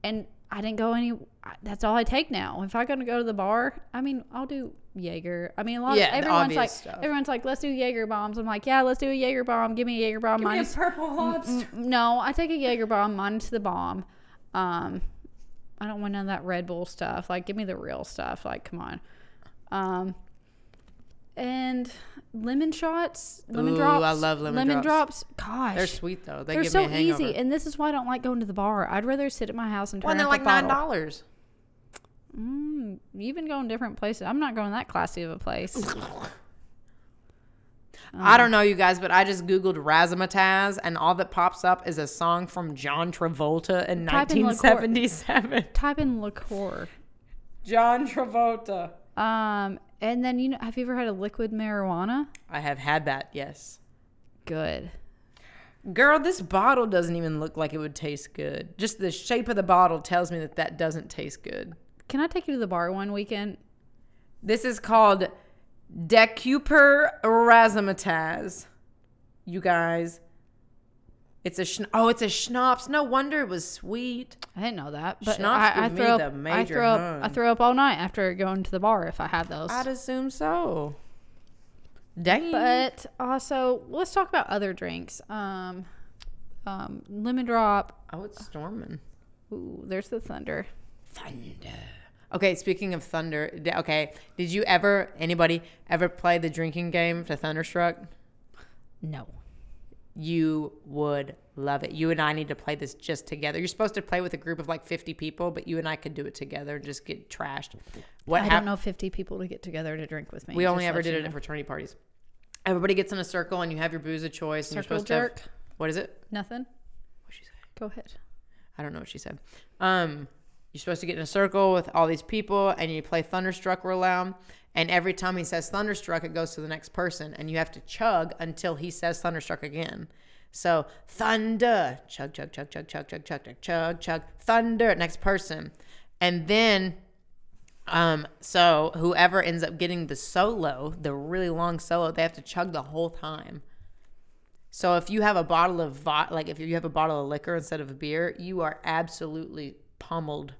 and I didn't go any. I- That's all I take now. If I gotta go to the bar, I mean, I'll do Jaeger. I mean, a lot
Yeah,
of
the
everyone's
obvious
like,
stuff.
everyone's like, let's do Jaeger bombs. I'm like, yeah, let's do a Jaeger bomb. Give me a Jaeger bomb. minus-
purple lobster.
Mm, no, I take a Jaeger bomb, minus the bomb. Um, I don't want none of that Red Bull stuff. Like, give me the real stuff. Like, come on. Um, and lemon shots, lemon
Ooh, I
drops.
love lemon drops.
drops. Gosh,
They're sweet though. They
they're
give
so
me a hangover.
easy, and this is why I don't like going to the bar. I'd rather sit at my house and turn
well, and they're
up
like
a
nine
bottle.
dollars.
Mm, even going different places. I'm not going that classy of a place. Oh.
I don't know, you guys, but I just Googled razzmatazz, and all that pops up is a song from John Travolta in
Type in liqueur. [laughs]
1977.
Type in liqueur.
John Travolta.
Um, and then you know, have you ever had a liquid marijuana?
I have had that, yes.
Good.
Girl, this bottle doesn't even look like it would taste good. Just the shape of the bottle tells me that that doesn't taste good.
Can I take you to the bar one weekend?
This is called Decuper Razzmatazz. You guys. It's a schn- oh, it's a schnapps. No wonder it was sweet.
I didn't know that, but
Schnapps
I, I
give me
throw up.
the
I
major
throw up.
hung.
I throw up all night after going to the bar if I have those.
I'd assume so. Dang.
But also, let's talk about other drinks. Um, um, lemon drop.
oh, it's storming.
Ooh, there's the thunder.
Thunder. Okay, speaking of thunder, d- okay, did you ever, anybody ever play the drinking game to Thunderstruck?
No.
You would love it. You and I need to play this just together. You're supposed to play with a group of like 50 people, but you and I could do it together and just get trashed. What
I don't
happened?
know 50 people to get together to drink with me.
We only
just
ever
let
did
you
it
know.
at fraternity parties. Everybody gets in a circle and you have your booze of choice. and
Circle
you're supposed to
jerk?
have, What is it?
Nothing.
What'd she say?
Go ahead.
I don't know what she said. Um, you're supposed to get in a circle with all these people and you play Thunderstruck real loud. And every time he says Thunderstruck, it goes to the next person. And you have to chug until he says Thunderstruck again. So thunder, chug, chug, chug, chug, chug, chug, chug, chug, chug, chug, thunder, next person. And then um, so whoever ends up getting the solo, the really long solo, they have to chug the whole time. So if you have a bottle of vo- like if you have a bottle of liquor instead of a beer, you are absolutely pummeled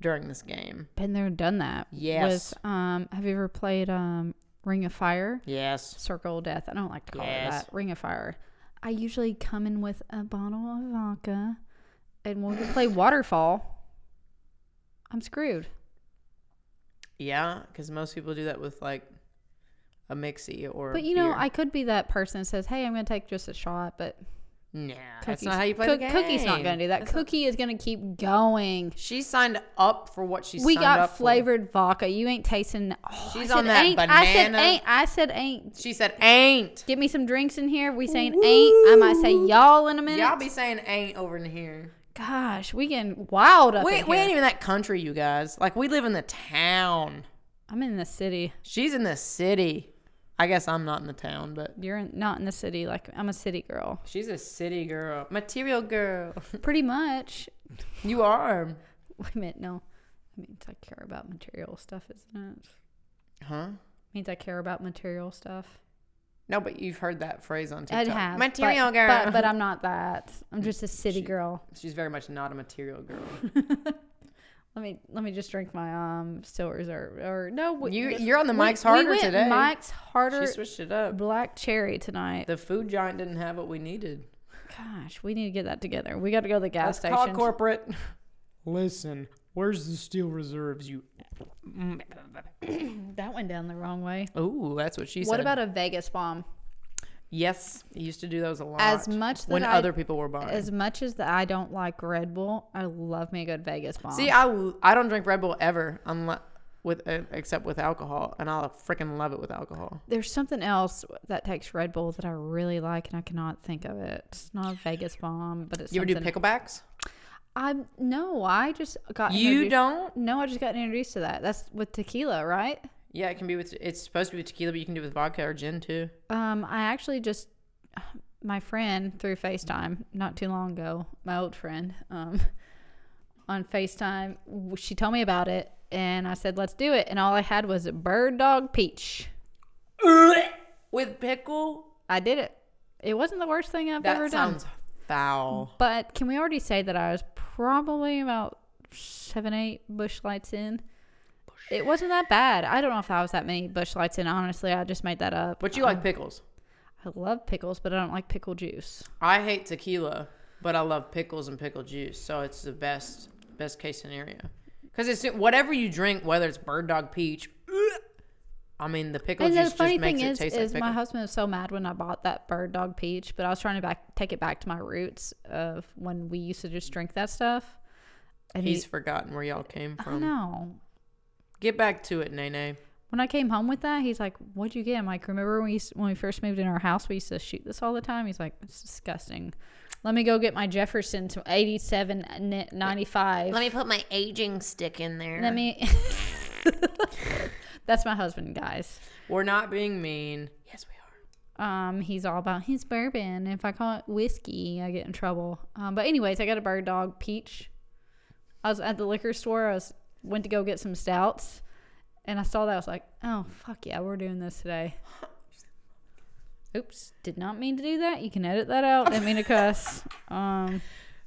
during this game.
Been there, done that.
Yes.
With, um, have you ever played um, Ring of Fire?
Yes.
Circle of Death. I don't like to call
Yes.
it that. Ring of Fire. I usually come in with a bottle of vodka, and we'll go play Waterfall. I'm screwed.
Yeah, because most people do that with like a mixie or.
But you know,
beer.
I could be that person that says, "Hey, I'm going to take just a shot," but
Nah, that's
Cookie's-
not how you play the game.
Cook- Cookie's not going to do that. Cookie is going to keep going.
She signed up for what she.
we
signed up
got
for.
flavored vodka. You ain't tasting. Oh,
She's
I
on
said
that
ain't. I said
banana.
ain't. I said ain't.
She said, "Ain't."
Get me some drinks in here. We saying ain't. I might say y'all in a minute.
Y'all be saying "ain't" over in here.
Gosh, we getting wild up
We,
in
we
here.
ain't even that country, you guys. Like we live in the town.
I'm in the city.
She's in the city. I guess I'm not in the town, but
You're in, not in the city. Like I'm a city
[laughs]
girl.
she's a city girl, material girl.
Pretty much.
you are,
Wait a minute. No, that means I care about material stuff, isn't it?
huh?
Means I care about material stuff.
No, but you've heard that phrase on TikTok.
I'd have but-
material girl.
but, uh, but I'm not that. I'm just a city girl.
she's very much not a material girl.
Let me let me just drink my um still reserve or no. We,
You-
we-
you're on the
we-
Mike's
we
Harder
went
today.
Mike's
she
harder
switched it up.
black cherry tonight.
The food giant didn't have what we needed.
Gosh, we need to get that together. We got to go to the gas
Let's
station.
corporate. Listen, where's the steel reserves? You.
[clears throat] that went down the wrong way.
Ooh, that's what she said.
What about a Vegas bomb?
Yes, you used to do those a lot.
As much that
when
I-
other people were buying.
As much as that I don't like Red Bull, I love me a good Vegas bomb.
See, I, l- I don't drink Red Bull ever, unless with uh, except with alcohol, and I'll freaking love it with alcohol.
there's something else that takes Red Bull that I really like, and I cannot think of it. It's not a Vegas bomb, but it's
You ever do
something.
picklebacks?
I'm no, I just got
You
introduced-
don't?
No, I just got introduced to that. That's with tequila, right?
Yeah, it can be with. It's supposed to be with tequila, but you can do it with vodka or gin too.
Um, I actually just [sighs] my friend through FaceTime not too long ago, my old friend, um, [laughs] on FaceTime, w- she told me about it, and I said, "Let's do it." And all I had was a bird dog peach.
with pickle,
I did it. It wasn't the worst thing I've ever
that
done.
sounds foul.
But can we already say that I was probably about seven, eight bush lights in? It wasn't that bad. I don't know if I was that many bush lights in. Honestly, I just made that up.
But you like pickles.
I love pickles, but I don't like pickle juice.
I hate tequila, but I love pickles and pickle juice. So it's the best best case scenario. Because it's whatever you drink, whether it's bird dog peach. I mean, the pickle
and
juice
the funny
just makes
thing
it
is,
taste
is
like
my
pickle.
husband was so mad when I bought that bird dog peach, but I was trying to back take it back to my roots of when we used to just drink that stuff. And
He's
he,
forgotten where y'all came
I don't
from.
know.
Get back to it, Nene.
When I came home with that, he's like, "What'd you get?" I'm like, "Remember when we used, when we first moved in our house, we used to shoot this all the time." He's like, "It's disgusting." Let me go get my Jefferson to uh, 87 n- 95.
me put my aging stick in there.
Let me. [laughs] That's my husband, guys.
We're not being mean. Yes, we are.
Um, he's all about his bourbon. If I call it whiskey, I get in trouble. Um, but anyways, I got a bird dog peach. I was at the liquor store. I was went to go get some stouts, and I saw that. I was like, oh fuck yeah, we're doing this today. Oops, did not mean to do that. You can edit that out. Didn't mean to cuss. Um,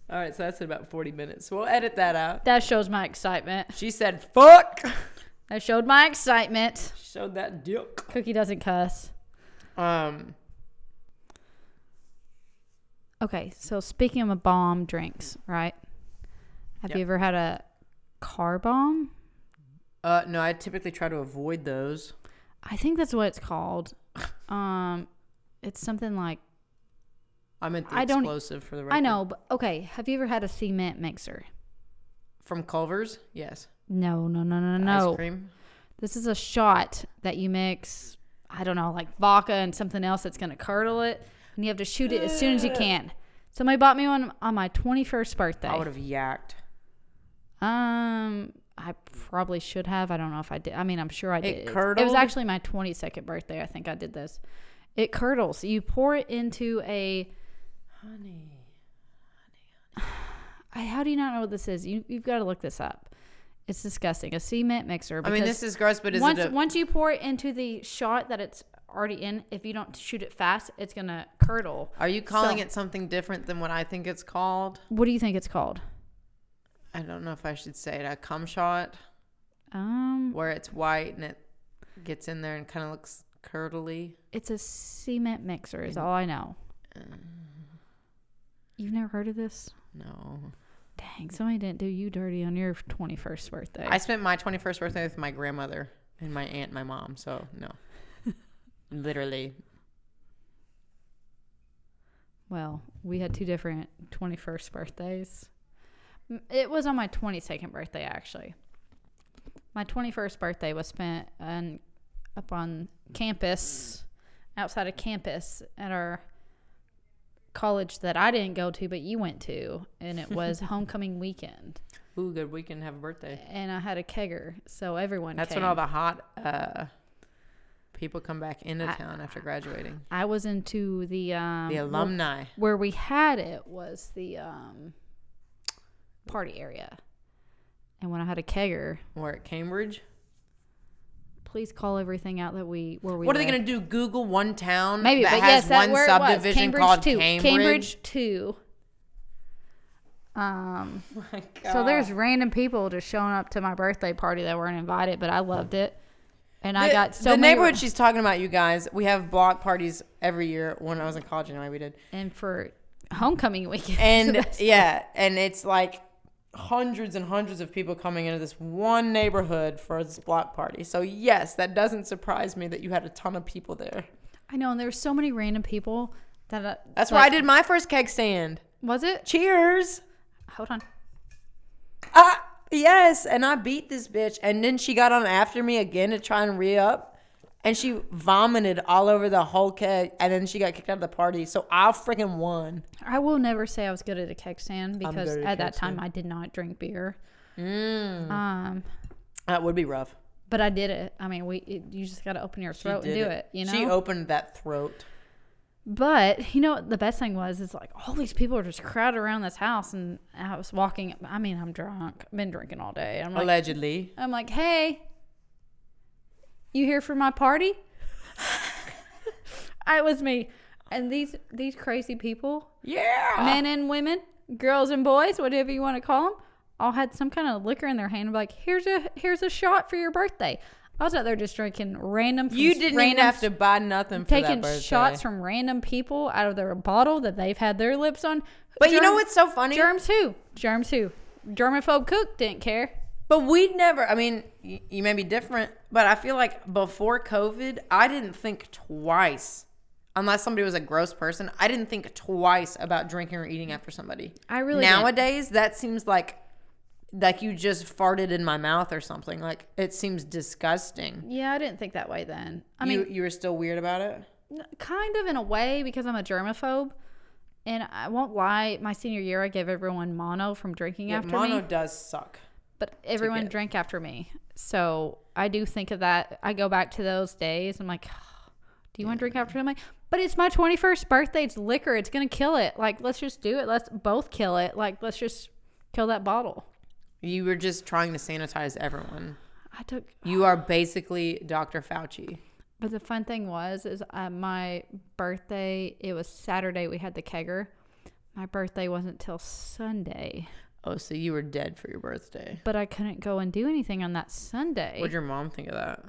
All right, so that's in about 40 minutes. We'll edit that out.
that shows my excitement.
She said, fuck.
That showed my excitement.
Showed that dick.
Cookie doesn't cuss.
Um,
Okay, so speaking of bomb drinks, right? Have
Yep.
you ever had a car bomb?
uh, no, I typically try to avoid those.
I think that's what it's called. [laughs] Um, it's something like
I meant the
I don't- e-
explosive for the record.
I know, but okay. Have you ever had a cement mixer?
From Culver's? Yes.
No, no, no, no,
The Ice
no.
cream?
This is a shot that you mix. I don't know, like vodka and something else that's gonna curdle it, and you have to shoot it as soon as you can. Somebody bought me one on my twenty-first birthday.
I would have yacked.
Um, I probably should have. I don't know if I did. I mean, I'm sure I did. It- It was
curdled?
actually my 22nd birthday. I think I did this. It curdles. You pour it into a.
Honey.
I, how do you not know what this is? You you've got to look this up. It's disgusting. A cement mixer.
I mean,
because
this is gross, but is
once
it a,
once you pour it into the shot that it's already in, if you don't shoot it fast, it's gonna curdle.
Are you calling
so-
it something different than what I think it's called?
What do you think it's called?
I don't know if I should say it. A cum shot
Um,
where it's white and it gets in there and kind of looks curdly. Uh,
it's a cement mixer. Is all I know. You've never heard of this?
No.
Dang, somebody didn't do you dirty on your 21st birthday.
I spent my 21st birthday with my grandmother and my aunt and my mom, so
[laughs]
no. Literally.
well, we had two different 21st birthdays. M- It was on my 22nd birthday, actually. My 21st birthday was spent on, up on campus, outside of campus, at our college that I didn't go to, but you went to, and
[laughs]
it was homecoming weekend.
Ooh, good weekend, have a birthday.
And I had a kegger, so everyone
Eh. That's
came.
when all the hot uh, people come back into
I-
town after graduating.
I was into the um,
the
alumni.
alumni.
where we had it was the um, party area. And when I had a kegger,
We're at Cambridge.
please call everything out that we where we.
What are they
live.
going to do? Google one town
Maybe,
that
but
has
yes, that's
one
where it was.
subdivision
Cambridge
called
two.
Cambridge?
two.
[laughs]
Um.
Oh My
So
God.
there's random people just showing up to my birthday party that weren't invited, but I loved it, and I
The-
got so
the
many-
neighborhood
[laughs]
she's talking about. You guys, we have block parties every year. When I was in college, anyway,
[laughs]
we did.
and for homecoming weekend.
and yeah, and it's like hundreds and hundreds of people coming into this one neighborhood for this block party. So yes, that doesn't surprise me that you had a ton of people there.
[laughs] I know, and there were so many random people that I,
That's where I
like,
did my first keg stand.
Was it?
Cheers.
Hold on.
Ah, yes, and I beat this bitch and then she got on after me again to try and re up. And she vomited all over the whole keg, and then she got kicked out of the party. So I freaking won.
I will never say I was good at a keg stand because
good at a
at that
keg
time I did not drink beer.
Mm.
Um,
That would be rough.
but I did it. I mean, we it, you just got to open your throat and
Did
do it, you know.
She opened that throat.
but you know what the best thing was is like all these people are just crowded around this house, and I was walking. I mean, I'm drunk. I've been drinking all day. I'm like,
Allegedly.
I'm like, hey,
[laughs]
you here for my party? [laughs] it was me. And these these crazy people,
Yeah.
men and women, girls and boys, whatever you want to call them, all had some kind of liquor in their hand. and be Like here's a here's a shot for your birthday. I was out there just drinking random. from
you
s-
didn't even
random
have to buy nothing for that
taking
birthday.
shots from random people out of their bottle that they've had their lips on.
But you know
Germ-
what's so funny?
Germs who? Germs who? Germaphobe cook didn't care.
But we never, I mean, y- you may be different, but I feel like before COVID, I didn't think twice. Unless somebody was a gross person, I didn't think twice about drinking or eating after somebody.
I really didn't.
nowadays that seems like like you just farted in my mouth or something. Like it seems disgusting.
Yeah, I didn't think that way then. I mean,
you you were still weird about it.
n- kind of in a way because I'm a germaphobe. And I won't lie, my senior year I gave everyone mono from drinking after
Mono
me,
does suck.
but everyone
get.
drank after me. So I do think of that. I go back to those days. I'm like, do you want to drink after me? But it's my 21st birthday. It's liquor. It's gonna kill it. Like let's just do it. Let's both kill it. Like let's just kill that bottle.
You were just trying to sanitize everyone.
I took
You are basically Dr. Fauci.
But the fun thing was, is at my birthday, it was Saturday, we had the kegger. My birthday wasn't till Sunday,
Oh, so you were dead for your birthday.
but I couldn't go and do anything on that Sunday.
What'd your mom think of that?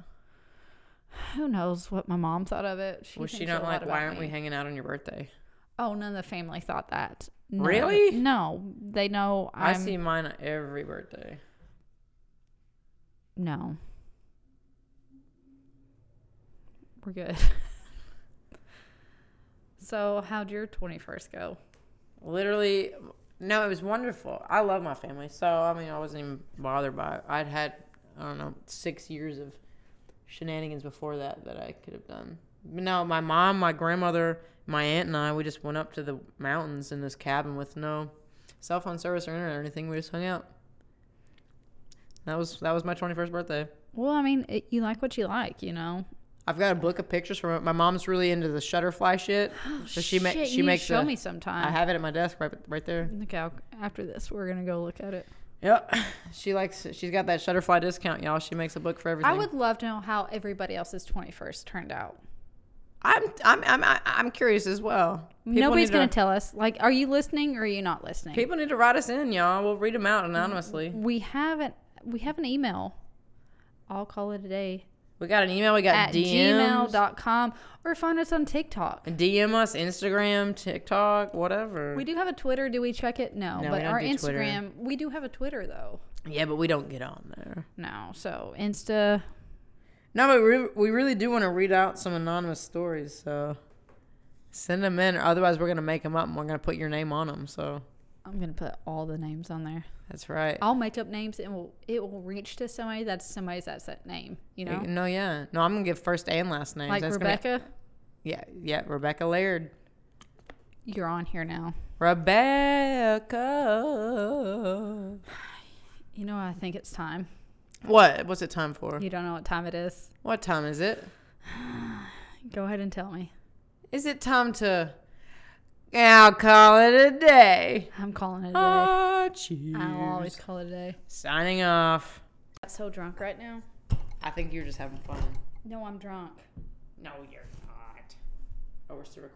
Who knows what my mom thought of it? She
Was she
thinks a
not
lot
like,
about
why aren't
me."
we hanging out on your birthday?
Oh, none of the family thought that. No.
Really?
No, they know
i
I'm.
see mine every birthday.
No. We're good. [laughs] so, how'd your 21st go?
Literally, no, it was wonderful. I love my family. So, I mean, I wasn't even bothered by it. I'd had, I don't know, six years of shenanigans before that that I could have done. But no, my mom, my grandmother, my aunt, and I, we just went up to the mountains in this cabin with no cell phone service or internet or anything. We just hung out. That was that was my 21st birthday.
Well, I mean, it, you like what you like, you know?
I've got a book of pictures from it. My mom's really into the shutterfly
[gasps]
shit, so she ma-
Oh, Shit,
she
you
makes.
show
a-
me sometime.
I have it at my desk right right there.
Okay, I'll, after this, we're gonna go look at it.
Yep, [sighs] she likes. She's got that shutterfly discount, y'all. She makes a book for everything.
I would love to know how everybody else's twenty first turned out.
I'm I'm I'm I- I'm curious as well. People
Nobody's
need to-
gonna tell us. Like, are you listening or are you not listening?
People need to write us in, y'all. We'll read them out anonymously.
we have an we have an email. I'll call it a day
We got an email. We got
at
DMs.
gmail.com or find us on TikTok.
DM us Instagram, TikTok, whatever.
We do have a Twitter. Do we check it? No,
No, we
but
don't
our
do Twitter.
Instagram. We do have a Twitter though.
yeah, but we don't get on there.
No, so Insta.
No, but we, we really do want to read out some anonymous stories, so send them in. Or otherwise, we're gonna make them up and we're gonna put your name on them. So
I'm gonna put all the names on there.
that's right.
I'll make up names and will it will reach to somebody that's somebody's that's that name. You know.
No, yeah, no. I'm gonna give first and last names.
like
That's gonna-
Rebecca,
yeah, yeah. Rebecca Laird.
you're on here now.
Rebecca.
You know, I think it's time.
What? What's it time for?
You don't know what time it is.
What time is it?
Go ahead and tell me.
Is it time to? I'll call it a day.
I'm calling it a day.
Ah,
I'll always
cheers.
call it a day.
Signing off.
I'm so drunk right now.
I think you're just having fun.
No, I'm drunk.
No, you're not. Oh, we're still recording.